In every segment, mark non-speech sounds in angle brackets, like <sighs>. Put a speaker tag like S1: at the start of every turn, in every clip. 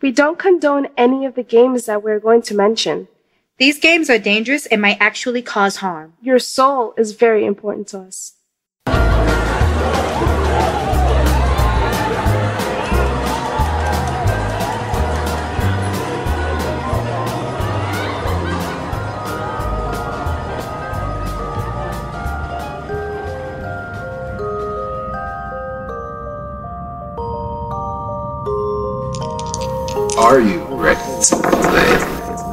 S1: We don't condone any of the games that we're going to mention.
S2: These games are dangerous and might actually cause harm.
S1: Your soul is very important to us.
S3: Are you ready to play?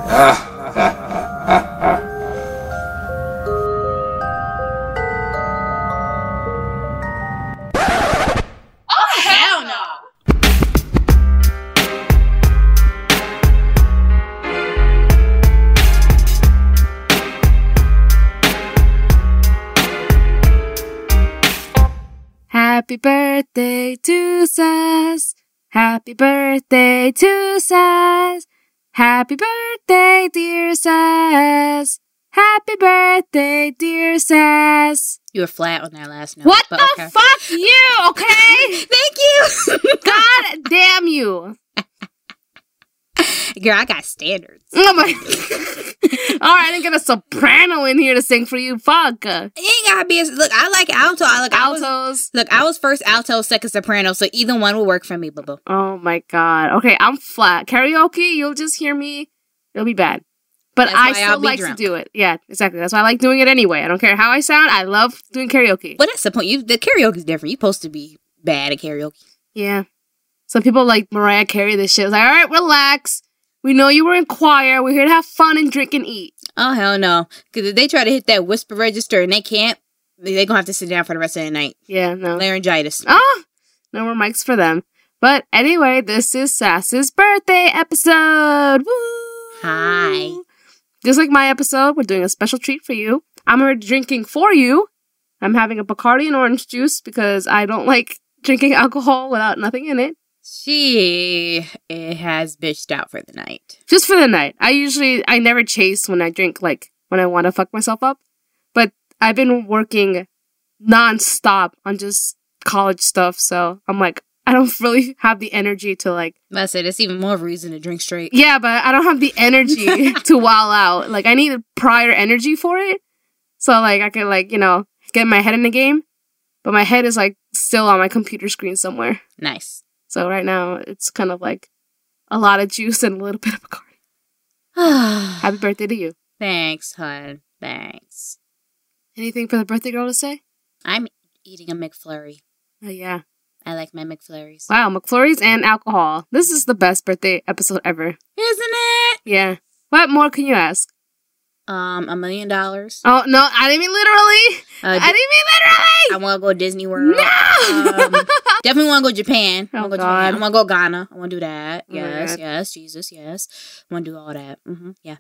S3: Ah, ah, ah, ah.
S4: Oh, hell no!
S5: Happy birthday to Saz. Happy birthday to Saz. Happy birthday, dear Saz. Happy birthday, dear Saz.
S2: You were flat on that last note.
S5: What
S2: but
S5: the
S2: okay.
S5: fuck you,
S2: <laughs>
S5: okay?
S2: Thank you!
S5: God damn you.
S2: <laughs> Girl, I got standards.
S5: Oh my. <laughs> All right, I didn't get a soprano in here to sing for you. Fuck.
S2: It ain't gotta be as look. I like alto. I like I was-
S5: Altos.
S2: Look, I was first alto, second soprano, so either one will work for me, boo boo.
S5: Oh my god. Okay, I'm flat. Karaoke, you'll just hear me. It'll be bad. But
S2: That's
S5: I
S2: why I'll
S5: still
S2: be
S5: like
S2: drunk.
S5: to do it. Yeah, exactly. That's why I like doing it anyway. I don't care how I sound. I love doing karaoke.
S2: But that's the point. You the karaoke's different. You're supposed to be bad at karaoke.
S5: Yeah. Some people like Mariah Carey this shit. It's like, all right, relax. We know you were in choir. We're here to have fun and drink and eat.
S2: Oh hell no! Because if they try to hit that whisper register and they can't, they they gonna have to sit down for the rest of the night.
S5: Yeah, no.
S2: Laryngitis.
S5: Oh, no more mics for them. But anyway, this is Sass's birthday episode. Woo!
S2: Hi.
S5: Just like my episode, we're doing a special treat for you. I'm already drinking for you. I'm having a Bacardi and orange juice because I don't like drinking <laughs> alcohol without nothing in it.
S2: She eh, has bitched out for the night.
S5: just for the night. I usually I never chase when I drink like when I want to fuck myself up, but I've been working nonstop on just college stuff, so I'm like I don't <laughs> really have the energy to like
S2: But I said it's even more of a reason to drink straight.
S5: yeah, but I don't have the
S2: <laughs>
S5: energy to wall out. Like I need prior energy for it, so like I could like you know get my head in the game, but my head is like still on my computer screen somewhere.
S2: <sighs> Nice.
S5: So right now it's kind of like a lot of juice and a little <laughs> bit of a card. Happy birthday to you.
S2: Thanks, hon. Thanks.
S5: Anything for the birthday girl to say?
S2: I'm eating a McFlurry.
S5: Oh, yeah.
S2: I like my McFlurries.
S5: Wow, McFlurries and alcohol. This is the best birthday episode ever.
S2: Isn't it?
S5: Yeah. What more can you ask?
S2: Um, a million dollars.
S5: Oh, no, I didn't mean literally.
S2: Uh,
S5: I
S2: I
S5: didn't
S2: want to go Disney World.
S5: mean literally. <laughs>
S2: Um, definitely want to go Japan. I want
S5: Oh,
S2: to go Japan. I
S5: God.
S2: want to go Ghana. I want to do that.
S5: Oh, my
S2: Yes,
S5: God.
S2: yes, Jesus, yes. I want to do all that. hmm Yeah.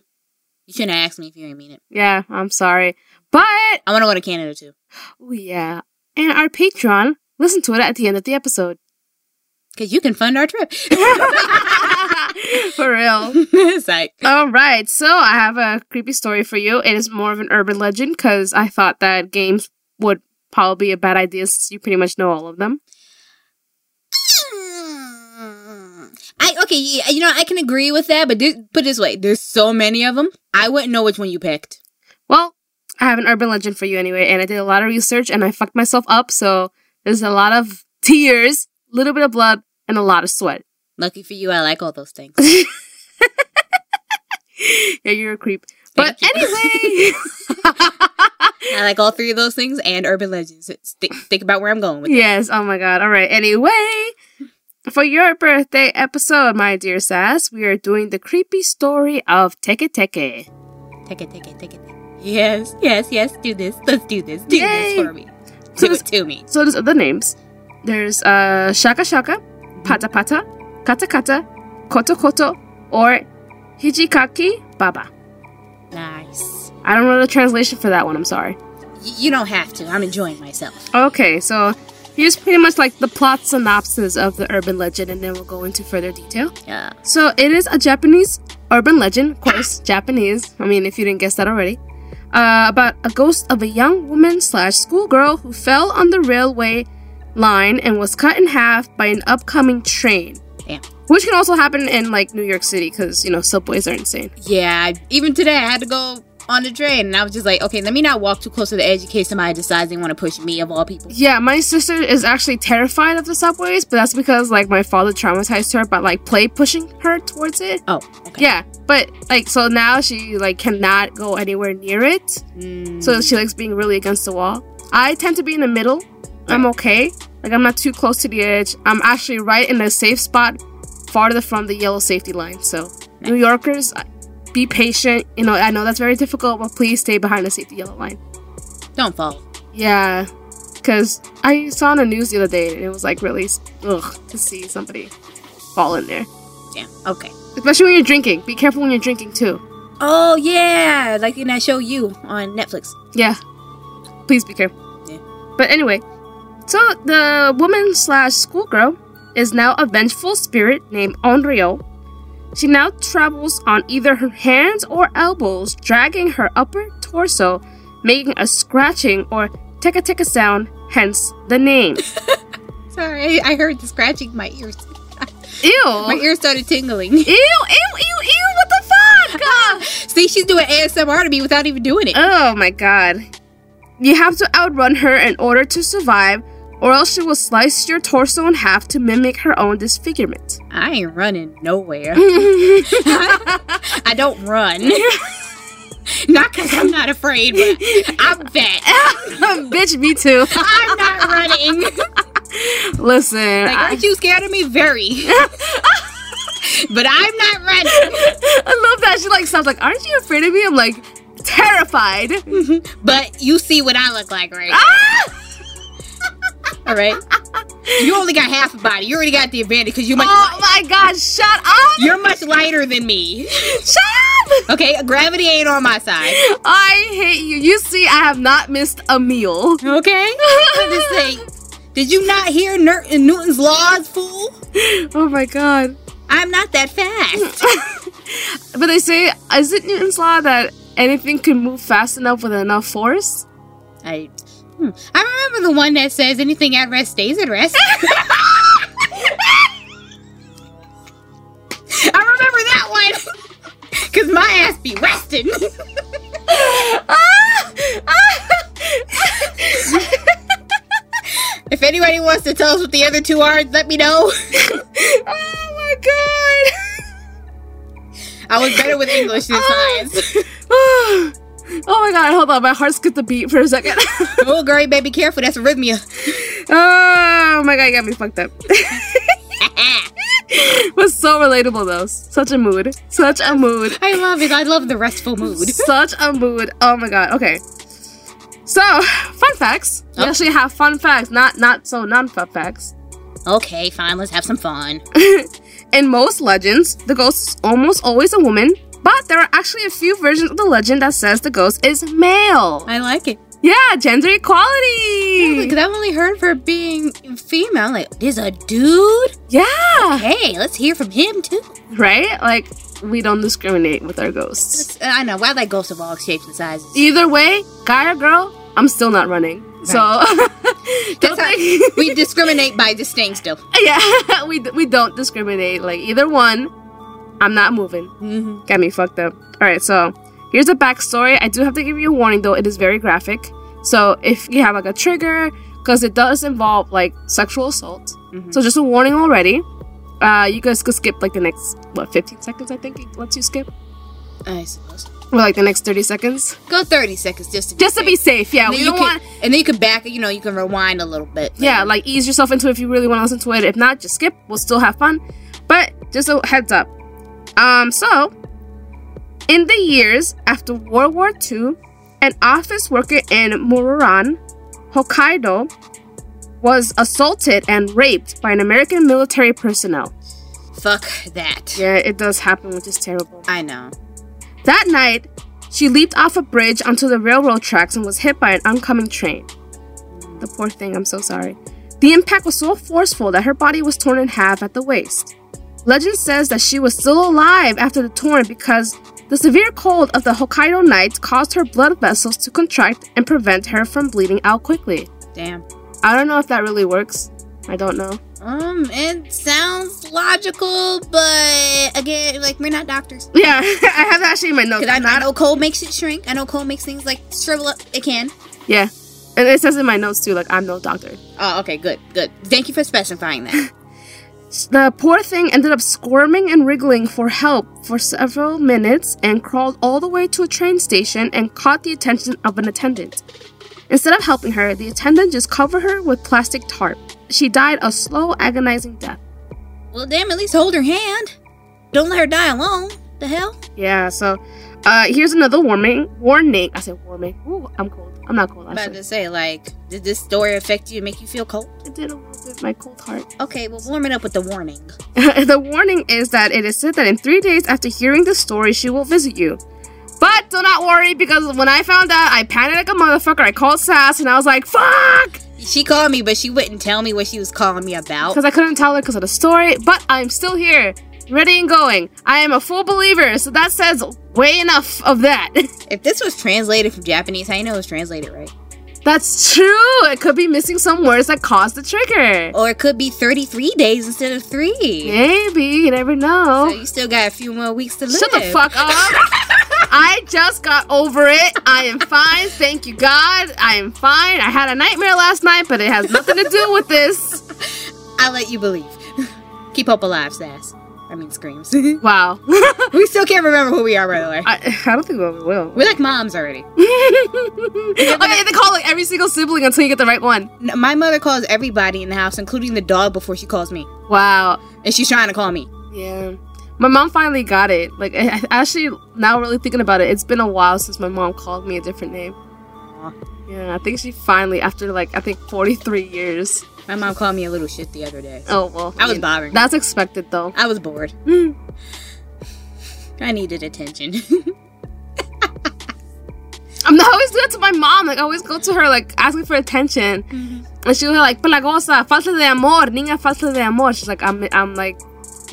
S2: You shouldn't ask me if you ain't mean it.
S5: yeah, I'm sorry. But,
S2: I want to go to Canada too.
S5: oh, yeah. And our Patreon, listen to it at the end of the episode. <laughs>
S2: Because you can fund our trip. <laughs>
S5: For real.
S2: it's like,
S5: All right, so I have a creepy story for you. It is more of an urban legend because I thought that games would probably be a bad idea since you pretty much know all of them.
S2: I okay, yeah, you know I can agree with that, but this, put it this way, there's so many of them, I wouldn't know which one you picked.
S5: Well, I have an urban legend for you anyway, and I did a lot of research and I fucked myself up, so there's a lot of <laughs> tears, a little bit of blood, and a lot of sweat. <laughs>
S2: Lucky for you, I like all those <laughs> things.
S5: yeah, you're a creep. But
S2: Thank
S5: anyway,
S2: I like all three of those things and urban legends. It's- Think, think about where I'm going with. it.
S5: yes, oh my god. All right, anyway, for your birthday episode, my dear Sass, we are doing the creepy story of Teke Teke.
S2: Take it, take it, take it. Yes, yes, yes. Do this. Let's do this. Do
S5: Yay.
S2: this for <laughs> me. Do
S5: So this-
S2: it to me.
S5: So there's other names. There's uh, Shaka Shaka, Pata Pata, Kata Kata, Koto Koto, or Hijikaki Baba.
S2: Nice.
S5: I don't know the translation for that one, I'm sorry.
S2: Y- you don't have to. I'm enjoying myself.
S5: Okay, so here's pretty much like the plot synopsis of the urban legend, and then we'll go into further detail.
S2: Yeah.
S5: So it is a Japanese urban legend, of course, Japanese. I mean, if you didn't guess that already, uh, about a ghost of a young woman slash schoolgirl who fell on the railway line and was cut in half by an upcoming train.
S2: Damn.
S5: Which can also happen in like New York City because you know subways are insane.
S2: Yeah, I- even today I had to go on the train and I was just like, okay, let me not walk too close to the edge in case somebody decides they want to push me of all people.
S5: Yeah, my sister is actually terrified of the subways, but that's because like my father traumatized her by like play pushing her towards it.
S2: Oh, okay.
S5: Yeah, but like so now she like cannot go anywhere near it.
S2: Mm,
S5: So she likes being really against the wall. I tend to be in the middle. I'm okay. Like I'm not too close to the edge. I'm actually right in a safe spot, farther from the yellow safety line. So New Yorkers, uh, be patient. You know I know that's very difficult, but please stay behind the safety yellow line.
S2: don't fall.
S5: Yeah, because I saw on the news the other day and it was like really s- ugh to see somebody fall in there.
S2: Yeah. Okay.
S5: Especially when you're drinking. Be careful when you're drinking too.
S2: Oh yeah, like in that show you on Netflix.
S5: Yeah. Please be careful.
S2: Yeah.
S5: But anyway, so the woman slash schoolgirl is now a vengeful spirit named Onryo. She now travels on either her hands or elbows, dragging her upper torso, making a scratching or ticka ticka sound, hence
S2: <laughs>
S5: the name.
S2: Sorry, I I heard the scratching in my ears. <laughs>
S5: Ew!
S2: My ears started tingling. <laughs>
S5: Ew, ew, ew, ew, what the fuck?
S2: See, she's doing ASMR to me without even doing it.
S5: Oh my god. You have to outrun her in order to survive, or else she will slice your torso in half to mimic her own disfigurement.
S2: I ain't running <laughs> nowhere. I don't run. <laughs> not because I'm not afraid, but I'm fat.
S5: <laughs> Bitch, me too.
S2: I'm not <laughs> running.
S5: Listen,
S2: Like,
S5: I,
S2: aren't you scared of me? Very. <laughs> but I'm not running.
S5: I love that. She like sounds like, aren't you afraid of me? I'm like, terrified.
S2: But you see what I look like, right?
S5: Ah!
S2: All right. You only got half a body. You already got the advantage because you much
S5: Oh my god, shut
S2: <laughs>
S5: up!
S2: you're much lighter than me.
S5: Shut up!
S2: Okay, gravity ain't on my side.
S5: I hate you. You see, I have not missed a meal.
S2: Okay. I'm just saying. Did you not hear Ner- Newton's laws, fool?
S5: Oh my god.
S2: I'm not that
S5: <laughs>
S2: fast.
S5: But they say, is it Newton's law that anything can move fast enough with enough force?
S2: I, hmm. I remember the one that says anything at rest stays at
S5: <laughs>
S2: rest. I remember that one. Cause my ass be resting. if anybody wants to tell us what the other two are, let me know.
S5: <laughs> oh my <laughs>
S2: I was better with English <laughs> than science.
S5: god! <sighs> oh my god, hold on, my heart skipped a beat for a second. <laughs>
S2: oh, girl, you better be careful. That's arrhythmia.
S5: oh my god, you got me fucked up. <laughs> was so relatable though. Such a mood. Such a mood.
S2: I love it. I love the restful mood.
S5: Such a mood. Oh my god. Okay. So, fun facts. We
S2: Oh.
S5: actually have fun facts, not not so non-fun facts.
S2: Okay, fine. Let's have some fun.
S5: In most legends, the ghost is almost always a woman, but there are actually a few versions of the legend that says the ghost is male.
S2: I like it.
S5: Yeah, gender
S2: Because
S5: equality.
S2: I've only heard of her being female. I'm like, there's a dude?
S5: Yeah,
S2: Hey, let's hear from him too.
S5: right? Like we don't discriminate with our ghosts.
S2: uh, I know. I like ghosts of all shapes and sizes.
S5: Either way, guy or girl, I'm still not running. So <laughs> don't
S2: That's how- <laughs>
S5: think- <laughs>
S2: We discriminate by distinct still.
S5: yeah, <laughs> we d- we don't discriminate. Like either one, I'm not moving.
S2: Mm-hmm.
S5: Got me fucked up. All right, so here's the backstory. I do have to give you a warning though; it is very graphic. So if you have like a trigger, because it does involve like sexual assault.
S2: Mm-hmm.
S5: So just a warning already. Uh, you guys could skip like the next what 15 seconds I think it lets you skip,
S2: I suppose.
S5: or like the next 30 seconds,
S2: Go 30 seconds just to be
S5: just to be
S2: safe.
S5: safe. Yeah,
S2: And
S5: we
S2: then, you
S5: don't
S2: can,
S5: want.
S2: and then you can back, you know, you can rewind a little bit.
S5: Yeah, like ease yourself into it if you really want to listen to it. If not, just skip. We'll still have fun. But just a heads up. Um, so in the years after World War II, an office worker in Mururan, Hokkaido, was assaulted and raped by an American military personnel.
S2: Fuck that.
S5: Yeah, it does happen, which is terrible.
S2: I know.
S5: That night, she leaped off a bridge onto the railroad tracks and was hit by an oncoming train. The poor thing, I'm so sorry. The impact was so forceful that her body was torn in half at the waist. Legend says that she was still alive after the torn because the severe cold of the Hokkaido night caused her blood vessels to contract and prevent her from bleeding out quickly.
S2: Damn.
S5: I don't know <laughs> if that really works. I don't know.
S2: Um, it sounds logical, but again, like we're not doctors.
S5: Yeah, <laughs> I have that actually in my notes.
S2: Because I, I
S5: Not-
S2: know cold makes it shrink. I know cold makes things like shrivel up. It can.
S5: yeah, and it says in my notes too. Like I'm no doctor.
S2: Oh, okay, good, good. Thank you for specifying <laughs> that.
S5: The poor thing ended up squirming and wriggling for help for several minutes and crawled all the way to a train station and caught the attention of an attendant. Instead of helping her, the attendant just covered her with plastic tarp. She died a slow, agonizing death.
S2: well, damn, at least hold her hand. Don't let her die alone. The hell?
S5: Yeah, so uh, here's another warning. Warning. I said warning. Ooh, I'm cold. I'm not cold.
S2: I'm about
S5: Actually.
S2: to say, like, did this story affect you and make you feel cold?
S5: It did a little bit, my cold heart.
S2: Okay, well, warm it up with the warning.
S5: <laughs> the warning is that it is said that in three days after hearing the story, she will visit you. But do not worry, because when I found out, I panicked like a motherfucker. I called Sass, and I was like, "Fuck!"
S2: She called me, but she wouldn't tell me what she was calling me about.
S5: Because I couldn't tell her because of the story. But I'm still here, ready and going. I am a full believer, so that says way enough of that. <laughs>
S2: If this was translated from Japanese, how you know it was translated right?
S5: That's true. It could be missing some words that caused the trigger.
S2: Or it could be 33 days instead of three.
S5: Maybe you never
S2: So
S5: know.
S2: you still got a few more weeks to live.
S5: Oh. Shut the fuck <laughs> up. I just got over it. I am fine. Thank you, God. I am fine. I had a nightmare last night, but it has nothing to do with this.
S2: I let you believe. <laughs> Keep hope alive, Sass. I mean,
S5: <laughs>
S2: screams. we
S5: Wow.
S2: still can't remember who we are, by the way.
S5: I, I don't think we ever will. <laughs>
S2: We're like moms already.
S5: oh, yeah, they call like every single sibling until you get the right one.
S2: N- My mother calls everybody in the house, including the dog, before she calls me.
S5: Wow.
S2: And she's trying to call me.
S5: Yeah. My mom finally got it. Like, I, I actually, now really thinking about it, it's been a while since my mom called me a different name. Yeah, I think she finally, after like, I think 43 years.
S2: My mom called me a little shit the other day.
S5: Oh, Mm. well.
S2: I was bothering.
S5: That's expected, though.
S2: I was bored. I needed attention. <laughs>
S5: I'm not always do that to my mom. Like I always go to her like asking for attention, and she was like, "Por la cosa, falta de amor, niña, falta de amor." She's like, "I'm, I'm like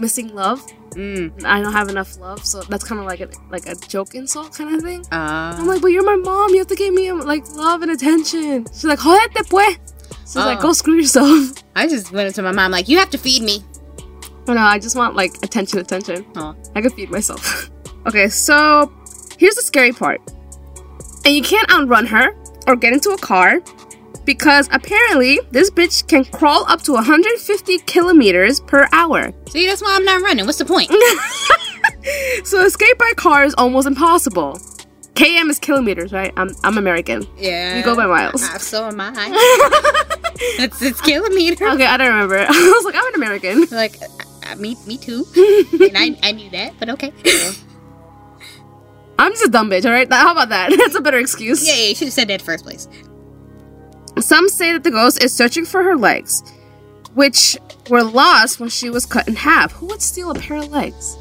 S5: missing love.
S2: mm.
S5: I don't have enough love." So that's kind of like a like a joke insult kind of thing. I'm
S2: uh,
S5: like, "But you're my mom. You have to give me like love and attention." She's like, "Jodete pues." She's like,
S2: Oh.
S5: "Go screw yourself." <laughs>
S2: I just went into my mom like, you have to feed me.
S5: Oh, no, I just want like attention, attention.
S2: Aw.
S5: I could feed myself. <laughs> okay, so here's the scary part. And you can't outrun her or get into a car because apparently this bitch can crawl up to 150 kilometers per hour. <laughs>
S2: See, that's why I'm not running. What's the point?
S5: So escape by car is almost impossible. KM is kilometers, right? I'm, I'm American.
S2: yeah.
S5: You go by miles.
S2: Uh, so am
S5: <laughs>
S2: I. <laughs> That's it's kilometer.
S5: Okay, I don't remember. <laughs> I was like, I'm an American.
S2: Like, uh, uh, me, me
S5: <laughs>
S2: too. and I, I knew that, but okay. yeah,
S5: I'm just a dumb bitch, alright? How about that? <laughs> That's a better excuse.
S2: yeah, you should have said that in the first place.
S5: Some say that the ghost is searching for her legs, which were lost when she was cut in half. Who would steal a pair of legs?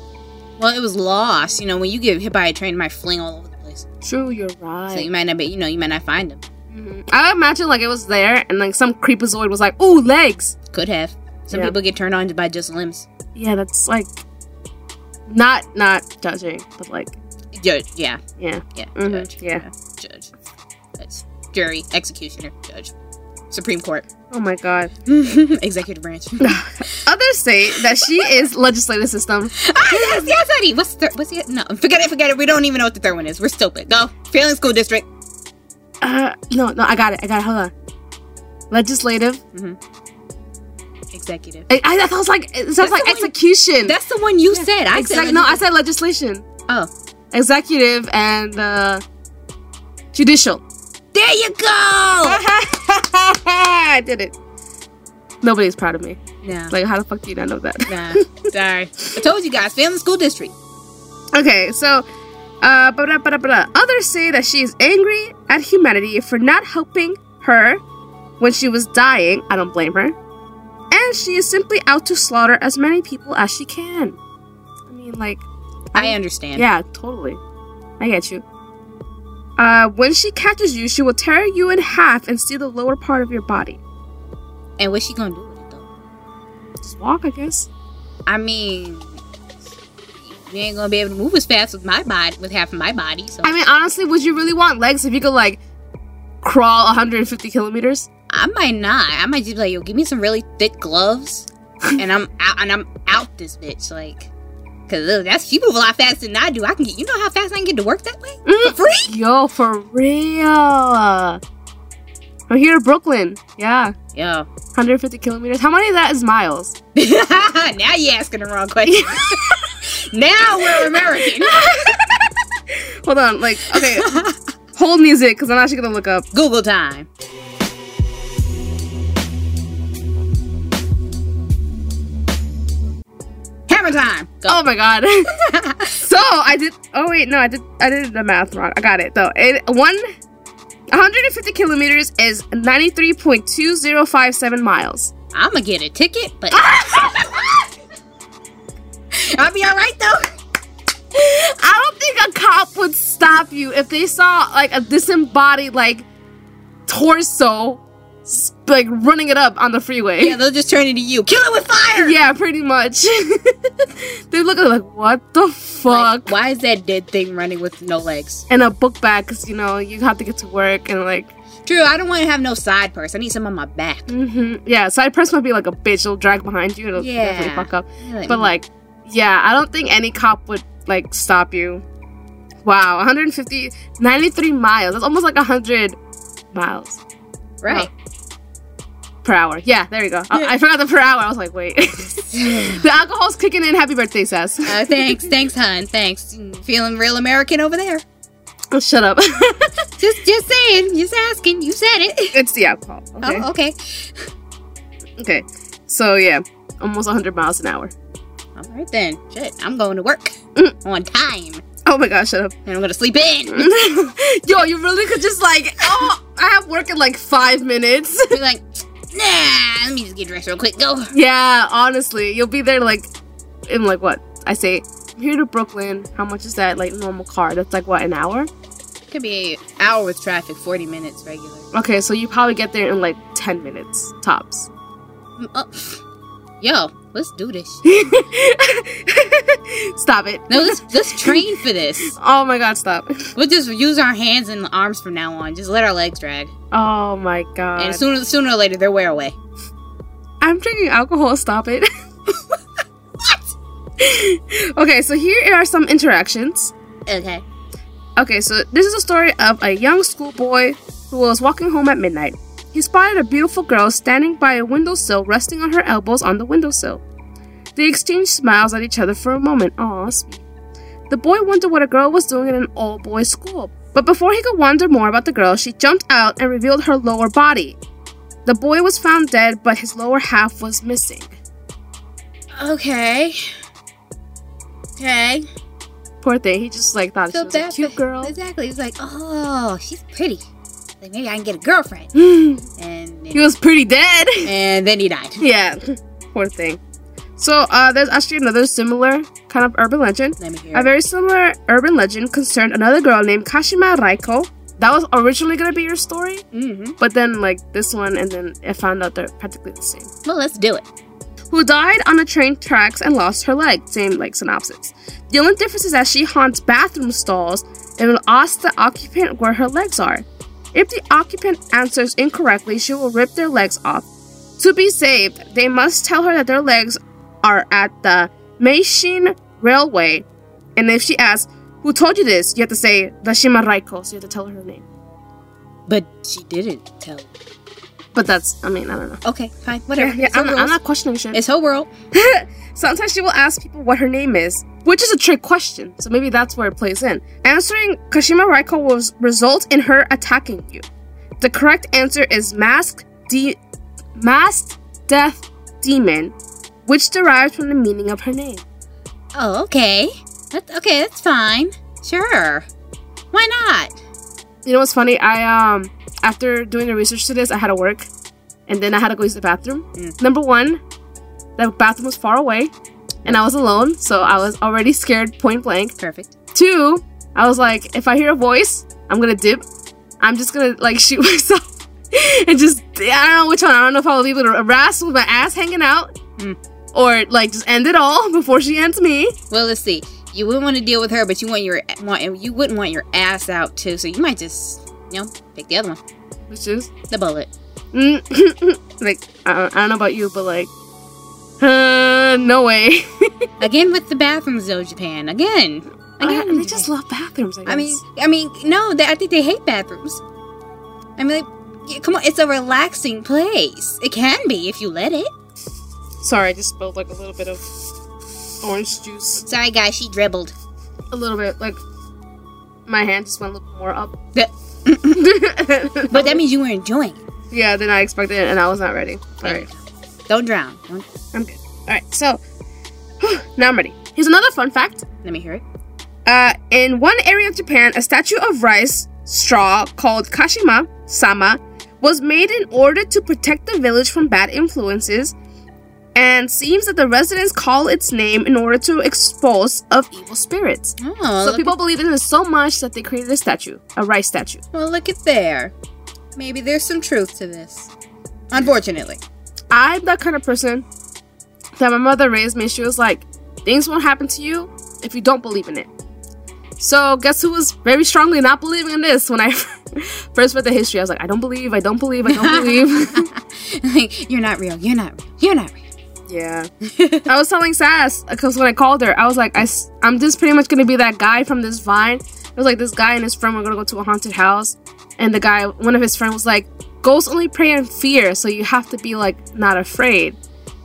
S2: Well, it was lost. You know, when you get hit by a train, it might fling all over the place.
S5: True, you're
S2: So you
S5: right.
S2: might not be, you know, you might not find them.
S5: Mhm. I imagine like it was there, and like some creepazoid was like, "Ooh, legs."
S2: Could have. Some
S5: Yeah.
S2: people get turned on by just limbs.
S5: Yeah, that's like not not judging, but like
S2: Judge, yeah,
S5: yeah,
S2: yeah,
S5: Mhm,
S2: judge,
S5: yeah.
S2: judge. That's jury, executioner, judge, Supreme Court, <laughs>
S5: oh my god.
S2: executive
S5: <laughs>
S2: branch. ah,
S5: Others say that she is legislative system.
S2: Ah, yes, yes, Eddie. What's the thir- what's the no? Forget it, forget it. We don't even know what the third one is. We're stupid. Go, failing school district.
S5: Uh, no, no, I got it. I got it. Hold on. Legislative.
S2: Executive.
S5: I, I, that sounds like it
S2: That's
S5: sounds like
S2: the one-
S5: execution.
S2: That's the one you said. I
S5: Exact-
S2: said
S5: no, I said legislation.
S2: Oh,
S5: executive and uh, judicial.
S2: there you go.
S5: <laughs> I did it. Nobody's proud of me. <laughs>
S2: Nah,
S5: Like, how the fuck do you not know that? <laughs>
S2: nah. Sorry, I told you guys. Failing school district.
S5: okay, so, uh, blah, blah, blah. others say that she is angry at humanity for not helping her when she was dying. I don't blame her. And she is simply out to slaughter as many people as she can. I mean, like,
S2: I understand.
S5: Yeah, totally. I get you. Uh, when she catches you, she will tear you in half and steal the lower part of your body.
S2: And what's she gonna do with it though?
S5: Just walk, I guess.
S2: I mean. You ain't gonna be able to move as fast with my body, with half of my body. So
S5: I mean, honestly, would you really want legs if you could like crawl 150 kilometers? <laughs>
S2: I might not. I might just be like, yo, give me some really thick gloves. and I'm out and I'm out this bitch like. Cause ugh, that's you move a lot faster than I do. I can get you know how fast I can get to work that way
S5: <laughs>
S2: for free.
S5: Yo, for real. From here to Brooklyn. Yeah.
S2: Yo, <laughs>
S5: 150 kilometers. How many of that is miles?
S2: now you asking the wrong question. <laughs>
S5: <laughs>
S2: now we're American.
S5: Hold on. Like, okay. Hold music because I'm actually going to look up.
S2: Google time. Hammer time. Um, Go.
S5: Oh my god. so I did. Oh wait, no, I did. I did the math wrong. I got it though. It one. 150 kilometers is 93.2057 miles.
S2: I'm gonna get a ticket, but <laughs> I'll be all right though.
S5: I don't think a cop would stop you if they saw like a disembodied like torso s- like running it up on the freeway.
S2: Yeah, they'll just turn into you. Kill it with fire.
S5: <laughs> Yeah, pretty much. they look at it like, what the
S2: Like,
S5: fuck?
S2: why is that dead thing running with no legs?
S5: and a book bag because you know you have to get to work and like
S2: True, I don't want to have no side purse. I need some on my back.
S5: hmm yeah side person would be like a bitch it'll drag behind you it'll
S2: Yeah.
S5: definitely fuck up but like yeah i don't think any cop would like stop you wow 150 93 miles that's almost like 100 miles
S2: right.
S5: per hour yeah there you go I-
S2: Yeah.
S5: I, forgot the per hour i was like wait <laughs> the alcohol's kicking in happy birthday says
S2: <laughs> Uh, thanks, thanks, hun. Thanks. Feeling real American over there.
S5: shut up
S2: Just, just saying. Just asking. You said it.
S5: <laughs> it's the alcohol okay
S2: Oh, okay.
S5: okay so yeah almost 100 miles an hour
S2: All right then. Shit, I'm going to work Mm, on time,
S5: oh my gosh shut up
S2: and I'm gonna sleep in. <laughs>
S5: <laughs> Yo, you really could just like, oh, I have work in like five minutes. <laughs>
S2: Be like, nah. Let me just get dressed real quick. Go.
S5: yeah, honestly, you'll be there like, in like what? I say, I'm here to Brooklyn. How much is that like normal car? That's like what, an hour?
S2: Could be hour with traffic, forty minutes regular.
S5: Okay, so you probably get there in like 10 minutes tops. <laughs>
S2: Mm, oh. Yo, let's do this. <laughs> shit.
S5: stop it. <laughs>
S2: No, let's let's train for this.
S5: Oh my god, stop.
S2: We'll just use our hands and arms from now on. Just let our legs drag,
S5: Oh my god.
S2: and sooner sooner or later they'll wear away.
S5: I'm drinking alcohol, stop it. <laughs> what? Okay, so here are some interactions.
S2: Okay.
S5: Okay, so this is a story of a young schoolboy who was walking home at midnight. He spotted a beautiful girl standing by a windowsill, resting on her elbows on the windowsill. They exchanged smiles at each other for a moment. Aw, sweet. The boy wondered what a girl was doing in an all boys school. But before he could wonder more about the girl, she jumped out and revealed her lower body. The boy was found dead, but his lower half was missing.
S2: Okay. Okay.
S5: Poor thing, he just like thought she was a
S2: bad
S5: cute
S2: for-
S5: girl.
S2: Exactly. He's like, oh, she's pretty. Like maybe I can get a
S5: <gasps>
S2: girlfriend.
S5: he
S2: And
S5: was pretty dead. <laughs>
S2: and then he died.
S5: Yeah, poor thing. So uh, there's actually another similar kind of urban legend.
S2: Let me hear.
S5: A very similar urban legend concerned another girl named Kashima Raiko. That was originally gonna be your story,
S2: mm-hmm.
S5: but then like this one, and then I found out they're practically the same.
S2: Well, let's do it.
S5: Who died on the train tracks and lost her leg? Same like synopsis. The only difference is that she haunts bathroom stalls and will ask the occupant where her legs are. If the occupant answers incorrectly, she will rip their legs off. To be saved, they must tell her that their legs are at the Meishin Railway. And if she asks, Who told you this? you have to say, The Shimaraiko. So you have to tell her her name.
S2: But she didn't tell.
S5: But that's, I mean, I don't know.
S2: Okay, fine,
S5: Yeah,
S2: whatever.
S5: yeah,
S2: It's her
S5: I'm, I'm
S2: rules.
S5: not questioning shit.
S2: It's her world.
S5: Sometimes she will ask people what her name is, which is a trick question, so maybe that's where it plays in. Answering Kashima Raiko will result in her attacking you. The correct answer is masked, de- masked death demon, which derives from the meaning of her name.
S2: Oh, okay. That's okay. That's fine. Sure. Why not?
S5: You know what's funny? I um after doing the research to this, I had to work, and then I had to go use the bathroom.
S2: Mm.
S5: Number one, the bathroom was far away, and I was alone, so I was already scared point blank.
S2: Perfect.
S5: Two, I was like, if I hear a voice, I'm gonna dip. I'm just gonna like <laughs> shoot myself and just I don't know which one. I don't know if I'll be able to harass with my ass hanging out
S2: Mm.
S5: or like just end it all <laughs> before she ends me.
S2: Well, let's see. You wouldn't want to deal with her, but you want your want you wouldn't want your ass out too. So you might just you know pick the other one,
S5: Which is
S2: the bullet.
S5: <laughs> mm, like I, I don't know about you, but like Uh, no way.
S2: Again with the bathrooms though, Japan. Again.
S5: <laughs>
S2: Again.
S5: they just love bathrooms. I, guess.
S2: I mean, I mean, no, they, I think they hate bathrooms. I mean, like, yeah, come on, it's a relaxing place. It can be if you let it.
S5: sorry, I just spilled like a little bit of orange juice.
S2: Sorry, guys, she dribbled.
S5: A little bit, like my hand just went a little bit more up. <laughs>
S2: That- but that means you were enjoying it.
S5: yeah, than I expected, and I was not ready. All right.
S2: Don't drown. Don't-
S5: I'm good. All right, so now I'm ready. Here's another fun fact.
S2: let me hear it.
S5: Uh, in one area of Japan, a statue of rice straw called Kashima Sama was made in order to protect the village from bad influences, and seems that the residents call its name in order to expose of evil spirits.
S2: Oh,
S5: So
S2: look,
S5: people believe in it so much that they created a statue, a rice statue.
S2: well, look at there. Maybe there's some truth to this. Unfortunately. <laughs>
S5: I'm that kind of person that my mother raised me. She was like, things won't happen to you if you don't believe in it. So guess who was very strongly not believing in this when I <laughs> first read the history? I was like, I don't believe, I don't believe, I don't believe.
S2: you're not real. You're not real. You're not real.
S5: yeah. <laughs> I was telling Sass because when I called her, I was like, I, am just pretty much gonna be that guy from this vine. It was like this guy and his friend were gonna go to a haunted house, and the guy, one of his friends, was like, "Ghosts only prey in fear, so you have to be like not afraid."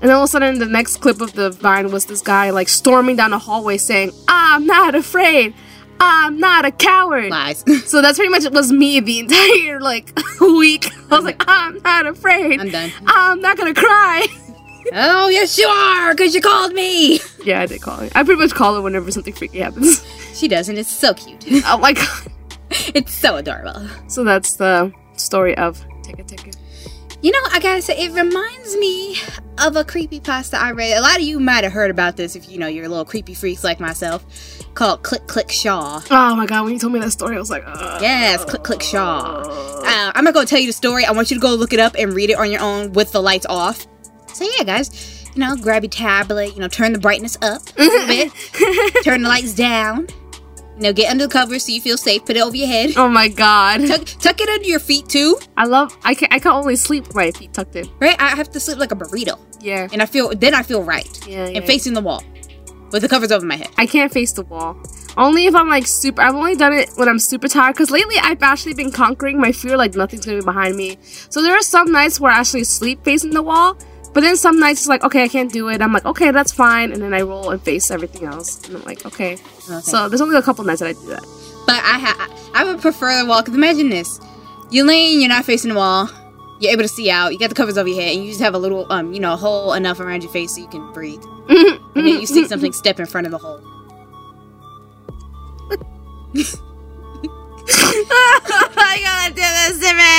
S5: And all of a sudden, the next clip of the vine was this guy like storming down the hallway saying, "I'm not afraid. I'm not a coward."
S2: Lies. <laughs>
S5: So that's pretty much it was me the <laughs> entire like week. I was like, "I'm not afraid.
S2: I'm done.
S5: I'm not gonna cry." <laughs>
S2: oh, yes, you are, because you called me. <laughs>
S5: Yeah, I did call her. I pretty much call her whenever something freaky happens.
S2: She doesn't. It's so cute. <laughs>
S5: <laughs> oh my god.
S2: it's so adorable.
S5: So that's the story of Tikka Tikka.
S2: You know, I gotta say, it reminds me of a creepy pasta I read. A lot of you might have heard about this if you know you're little creepy freaks like myself, called Click Click Shaw.
S5: Oh my god, when you told me that story, I was like, Ugh.
S2: Yes, Click Click Shaw. Uh, I'm not gonna tell you the story. I want you to go look it up and read it on your own with the lights off. So yeah, guys, you know, grab your tablet. You know, turn the brightness up a little bit. turn the lights down. You know, get under the covers so you feel safe. Put it over your head.
S5: Oh my god.
S2: Tuck, tuck it under your feet too,
S5: I love I can I can only sleep with my feet tucked in.
S2: right? I have to sleep like a burrito,
S5: Yeah.
S2: and I feel then I feel right.
S5: Yeah. yeah.
S2: and facing the wall with the covers over my head.
S5: I can't face the wall. Only if I'm like super. I've only done it when I'm super tired. Cause lately I've actually been conquering my fear, like nothing's gonna be behind me. So there are some nights where I actually sleep facing the wall. But then some nights it's like, okay, I can't do it. I'm like, okay, that's fine. And then I roll and face everything else. And I'm like, okay.
S2: Oh,
S5: So there's only a couple nights that I do that.
S2: but I ha- I would prefer the wall because imagine this: you're laying, you're not facing the wall, you're able to see out, you got the covers over your head, and you just have a little um you know hole enough around your face so you can <laughs> breathe, and then you see something step in front of the <laughs> hole.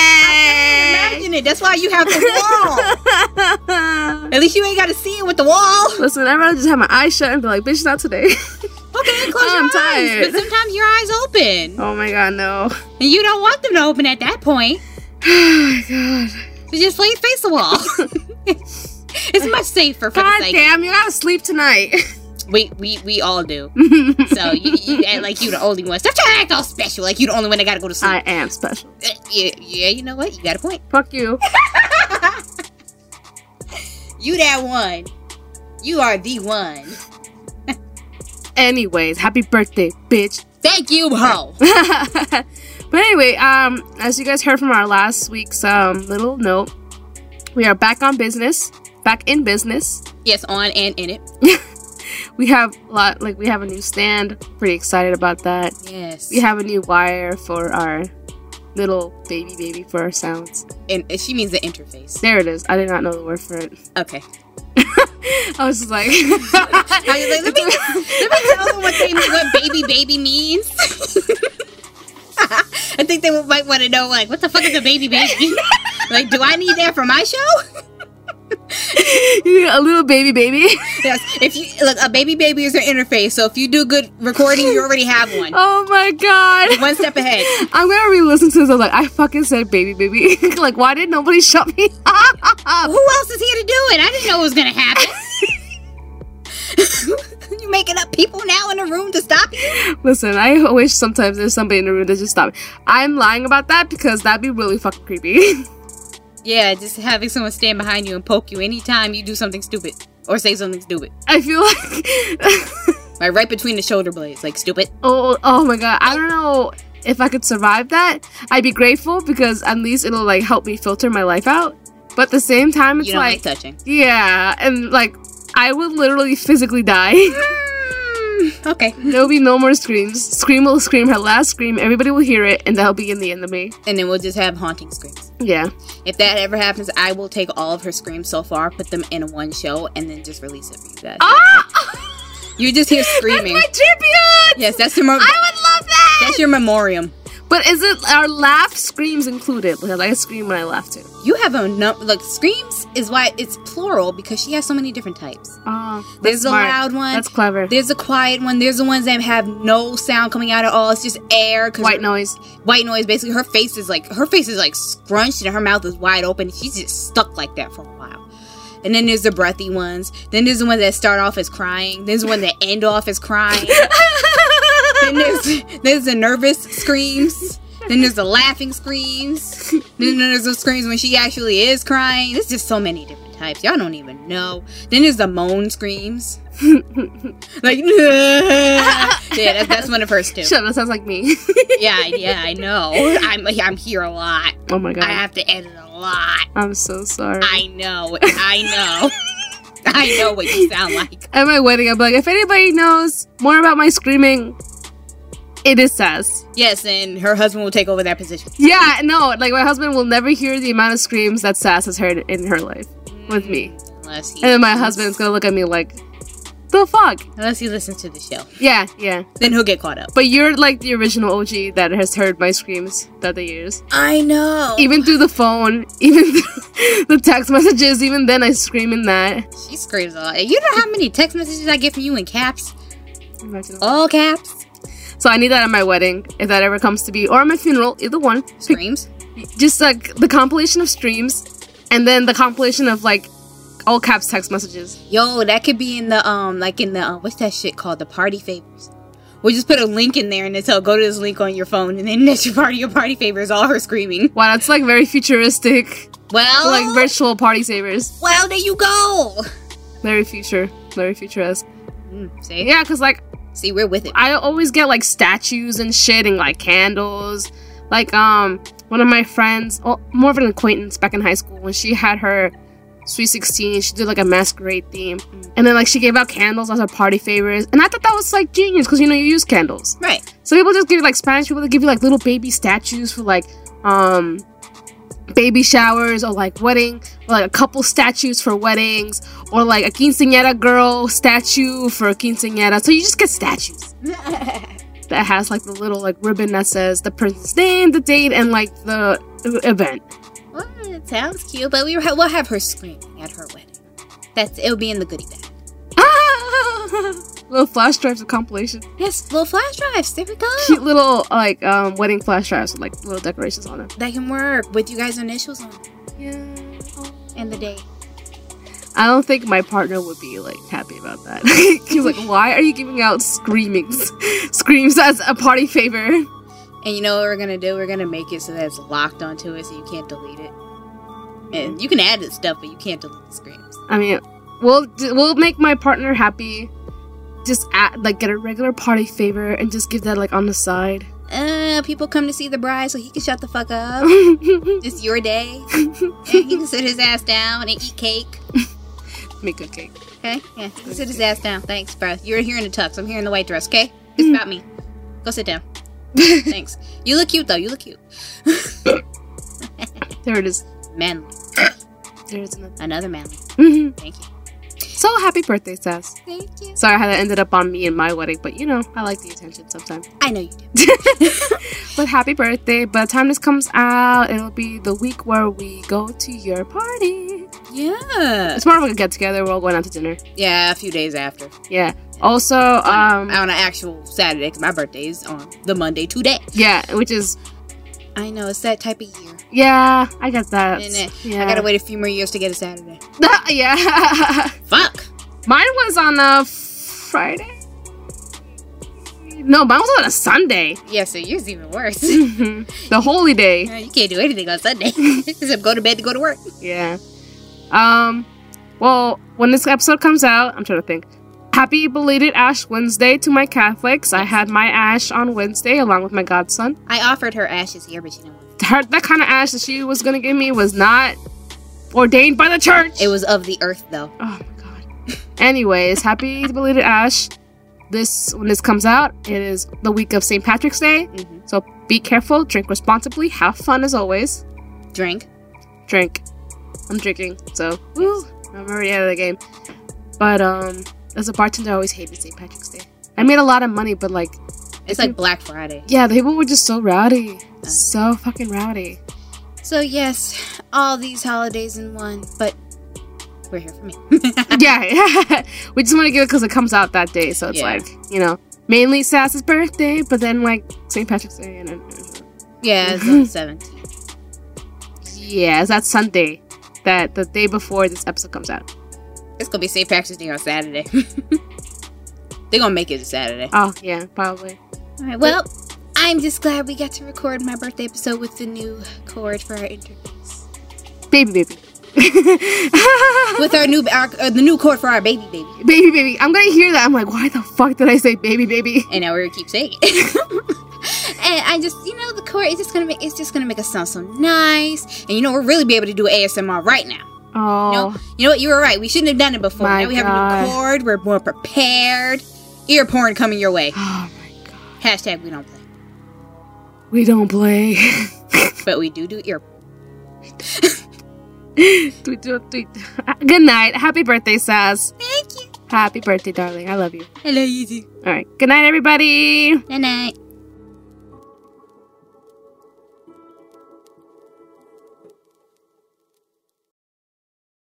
S2: Imagine it. That's why you have <laughs> the wall. At least you ain't got to see it with the wall.
S5: <laughs> Listen, I'd rather just have my eyes shut and be like, bitch, not today. <laughs>
S2: Okay, close
S5: I'm
S2: your eyes.
S5: tired.
S2: But sometimes your eyes open,
S5: oh my god, no. <sighs>
S2: and you don't want them to open at that point.
S5: Oh my god.
S2: So just lay face the wall. <laughs> it's much safer for
S5: God
S2: the psyche.
S5: damn, you gotta sleep tonight. <laughs>
S2: We, we we all do. So you, you act like you the only one. Stop trying to act all special. Like you the only one that gotta go to sleep.
S5: I am special.
S2: Uh, yeah, yeah, you know what? You got a point.
S5: Fuck you.
S2: You that one. You are the one.
S5: Anyways, happy birthday, bitch. <laughs>
S2: Thank you, ho.
S5: but anyway, um, as you guys heard from our last week's um, little note, we are back on business, back in business.
S2: Yes, on and in it.
S5: We have a lot, like we have a new stand. Pretty excited about that.
S2: Yes.
S5: We have a new wire for our little baby baby for our sounds.
S2: And and she means the interface.
S5: There it is. I did not know the word for it.
S2: Okay.
S5: I was just <laughs> like,
S2: I was like, let me <laughs> let me tell them what they mean, what baby baby means. <laughs> I think they might want to know like what the fuck is a baby baby? <laughs> like, do I need that for my show?
S5: You got a little baby baby.
S2: Yes. If you look, a baby baby is an interface. So if you do good recording, you already have one.
S5: <laughs> Oh my god.
S2: One step ahead.
S5: I'm gonna re-listen to this. I was like, I fucking said baby baby. <laughs> like, why did nobody shut me up? <laughs>
S2: Who else is here to do it? I didn't know it was gonna happen. <laughs> you making up people now in the room to stop you?
S5: Listen, I wish sometimes there's somebody in the room that just stopped. I'm lying about that because that'd be really fucking creepy. <laughs>
S2: Yeah, just having someone stand behind you and poke you anytime you do something stupid or say something stupid,
S5: I feel like <laughs>
S2: like right between the shoulder blades, like stupid.
S5: oh oh my god, I don't know if I could survive that. I'd be grateful because at least it'll like help me filter my life out. But at the same time, it's
S2: you don't like,
S5: like
S2: touching.
S5: yeah, and like I would literally physically die. <laughs>
S2: Mm, okay,
S5: There'll be no more screams. Scream will scream her last scream. Everybody will hear it, and that'll be in the end of me.
S2: and then we'll just have haunting screams.
S5: Yeah.
S2: If that ever happens, I will take all of her screams so far, put them in one show, and then just release it for you guys.
S5: Ah! <laughs>
S2: You just hear screaming.
S5: Oh, That's my tribute.
S2: yes, that's your. Mem-
S5: I would love that.
S2: that's your memoriam.
S5: But is it our laugh screams included? Because I scream when I laugh too.
S2: You have a num Look, screams is why it's plural because she has so many different types.
S5: Oh, that's
S2: There's a
S5: smart.
S2: loud one.
S5: That's clever.
S2: There's a quiet one. There's the ones that have no sound coming out at all. It's just air. 'cause
S5: White noise.
S2: white noise. Basically, her face is like her face is like scrunched and her mouth is wide open. She's just stuck like that for a while. And then there's the breathy ones. Then there's the ones that start off as crying. There's the one that end off as crying. <laughs> then there's there's the nervous screams. Then there's the laughing screams. Then there's the screams when she actually is crying. There's just so many different types. Y'all don't even know. Then there's the moan screams. <laughs> like <laughs> yeah, that, that's one of hers too.
S5: <laughs> Shut up, that sounds like me. <laughs>
S2: Yeah, I- yeah, I know. I'm I'm here a lot.
S5: oh my
S2: I
S5: god.
S2: have to edit a lot.
S5: I'm so sorry.
S2: I know. I
S5: <laughs>
S2: know. I know what you sound like.
S5: At my wedding, I'm like, if anybody knows more about my screaming, it is Sass.
S2: Yes, and her husband will take over that position.
S5: Yeah, no, like my husband will never hear the amount of screams that Sass has heard in her life with me.
S2: Unless he
S5: And then my husband's gonna look at me like, the fuck?
S2: unless he listens to the show.
S5: Yeah, yeah.
S2: Then he'll get caught up.
S5: But you're like the original OG that has heard my screams the other years.
S2: I know.
S5: Even through the phone, <laughs> even through the text messages, even then I scream in that.
S2: she screams a lot. You know how many text messages I get from you in caps?
S5: Imagine.
S2: All caps?
S5: So I need that at my wedding, if that ever comes to be, or my funeral, either one.
S2: Screams?
S5: Just like the compilation of streams, and then the compilation of like all caps text messages.
S2: Yo, that could be in the um, like in the uh, what's that shit called? The party favors. We'll just put a link in there and it's tell go to this link on your phone, and then <laughs> that's your party. Your party favors all her screaming.
S5: Wow, that's like very futuristic,
S2: Well,
S5: like virtual party savers.
S2: well, there you go.
S5: Very future, very futuresque.
S2: Mm, see,
S5: Yeah, cause like
S2: see, we're with it.
S5: I always get like statues and shit and like candles. Like um one of my friends, well, more of an acquaintance back in high school when she had her sweet 16, she did like a masquerade theme. And then like she gave out candles as her party favors. And I thought that was like genius cuz you know you use candles.
S2: Right. <laughs>
S5: So people just give you like Spanish people they give you like little baby statues for like um baby showers or like wedding or like a couple statues for weddings or like a quinceañera girl statue for a quinceañera. So you just get statues that has like the little like ribbon that says the person's name, the date, and like the uh, event. <laughs>
S2: well, it sounds cute, but we ha- we'll have her screaming at her wedding. That's it'll be in the goodie bag.
S5: little flash drives of compilation.
S2: Yes, little flash drives. There we go.
S5: Cute little like um, wedding flash drives with like little decorations on them.
S2: That can work with you guys' initials on it
S5: Yeah.
S2: and the date.
S5: I don't think my partner would be like happy about that. <laughs> He's like, why are you giving out screamings, <laughs> screams as a party favor?
S2: And you know what we're gonna do? We're gonna make it so that it's locked onto it, so you can't delete it. And you can add this stuff, but you can't delete the screams.
S5: I mean, we'll we'll make my partner happy. Just add, like get a regular party favor and just give that like on the side. <laughs>
S2: Uh, people come to see the bride, so he can shut the fuck up. <laughs> it's your <laughs> day. and he can sit his ass down and eat cake.
S5: Make good cake. <laughs>
S2: Okay, yeah, you can sit his ass down. Thanks, bro. You're here in the tux. I'm here in the white dress. Okay, it's about me. Go sit down. Thanks. You look cute though. You look cute.
S5: There it is.
S2: Manly.
S5: There it is.
S2: Another manly.
S5: Mhm.
S2: Thank you.
S5: <laughs> So happy birthday, Sass.
S2: Thank you.
S5: Sorry how that ended up on me and my wedding, but you know, I like the attention sometimes.
S2: I know you do. <laughs>
S5: But happy birthday. By the time this comes out, it'll be the week where we go to your party.
S2: Yeah.
S5: It's more of like a get together. We're all going out to dinner.
S2: Yeah. A few days after.
S5: Yeah. Also,
S2: on
S5: um,
S2: an actual Saturday because my birthday is on the Monday today.
S5: yeah, which is,
S2: I know it's that type of year.
S5: yeah, I get that.
S2: Isn't
S5: Yeah.
S2: I gotta wait a few more years to get a Saturday.
S5: <laughs> yeah.
S2: Fuck.
S5: Mine was on a Friday. No, mine was on a Sunday. <laughs>
S2: Yeah, so yours even <laughs> worse. you
S5: Mhm. the holy day.
S2: <laughs> can't do anything on Sunday except go to bed to go to work.
S5: Yeah. Um Well, when this episode comes out, I'm trying to think. Happy belated Ash Wednesday to my Catholics. I had my ash on Wednesday along with my godson.
S2: I offered her ashes here, but she didn't want it.
S5: Her, that kind of ash that she was gonna give me was not ordained by the church.
S2: It was of the earth, though.
S5: Oh my god. Anyways, happy belated Ash. This when this comes out, it is the week of St. Patrick's Day.
S2: Mhm.
S5: So be careful, drink responsibly, have fun as always.
S2: Drink.
S5: Drink. I'm drinking, so woo, I'm already out of the game. But um, as a bartender, I always hated St. Patrick's Day. I made a lot of money, but like,
S2: It's like Black Friday.
S5: yeah, the people were just so rowdy, so fucking rowdy.
S2: So yes, all these holidays in one, but we're here for me. <laughs>
S5: yeah, <laughs> we just want to give it because it comes out that day, so it's
S2: Yeah.
S5: like you know, mainly Sass's birthday, but then like St. Patrick's Day, and, and
S2: yeah, it's the seventeenth.
S5: yeah, it's that Sunday, that the day before this episode comes out.
S2: It's gonna be St. Patrick's Day on Saturday. <laughs> They're gonna make it a Saturday.
S5: Oh yeah, probably.
S2: All right. Well, I'm just glad we got to record my birthday episode with the new chord for our interviews.
S5: Baby, baby, <laughs>
S2: With our new our, uh, the new chord for our baby baby.
S5: baby, baby. I'm gonna hear that. I'm like, why the fuck did I say baby, baby?
S2: And now we're gonna keep saying it. <laughs> and I just you know the chord is just gonna make it's just gonna make us sound so nice. And you know we'll really be able to do ASMR right now.
S5: Oh,
S2: No, you know what? You were right. We shouldn't have done it before.
S5: My
S2: now we have a
S5: God.
S2: new cord. We're more prepared. Ear porn coming your way.
S5: oh my god,
S2: Hashtag we don't play,
S5: we don't play. <laughs>
S2: but we do do ear.
S5: Tweet, tweet, tweet. <laughs> Good night. Happy birthday, Sass.
S2: Thank you.
S5: Happy birthday, darling. I love you.
S2: Hello, you too.
S5: All right. Good night, everybody.
S2: Night night.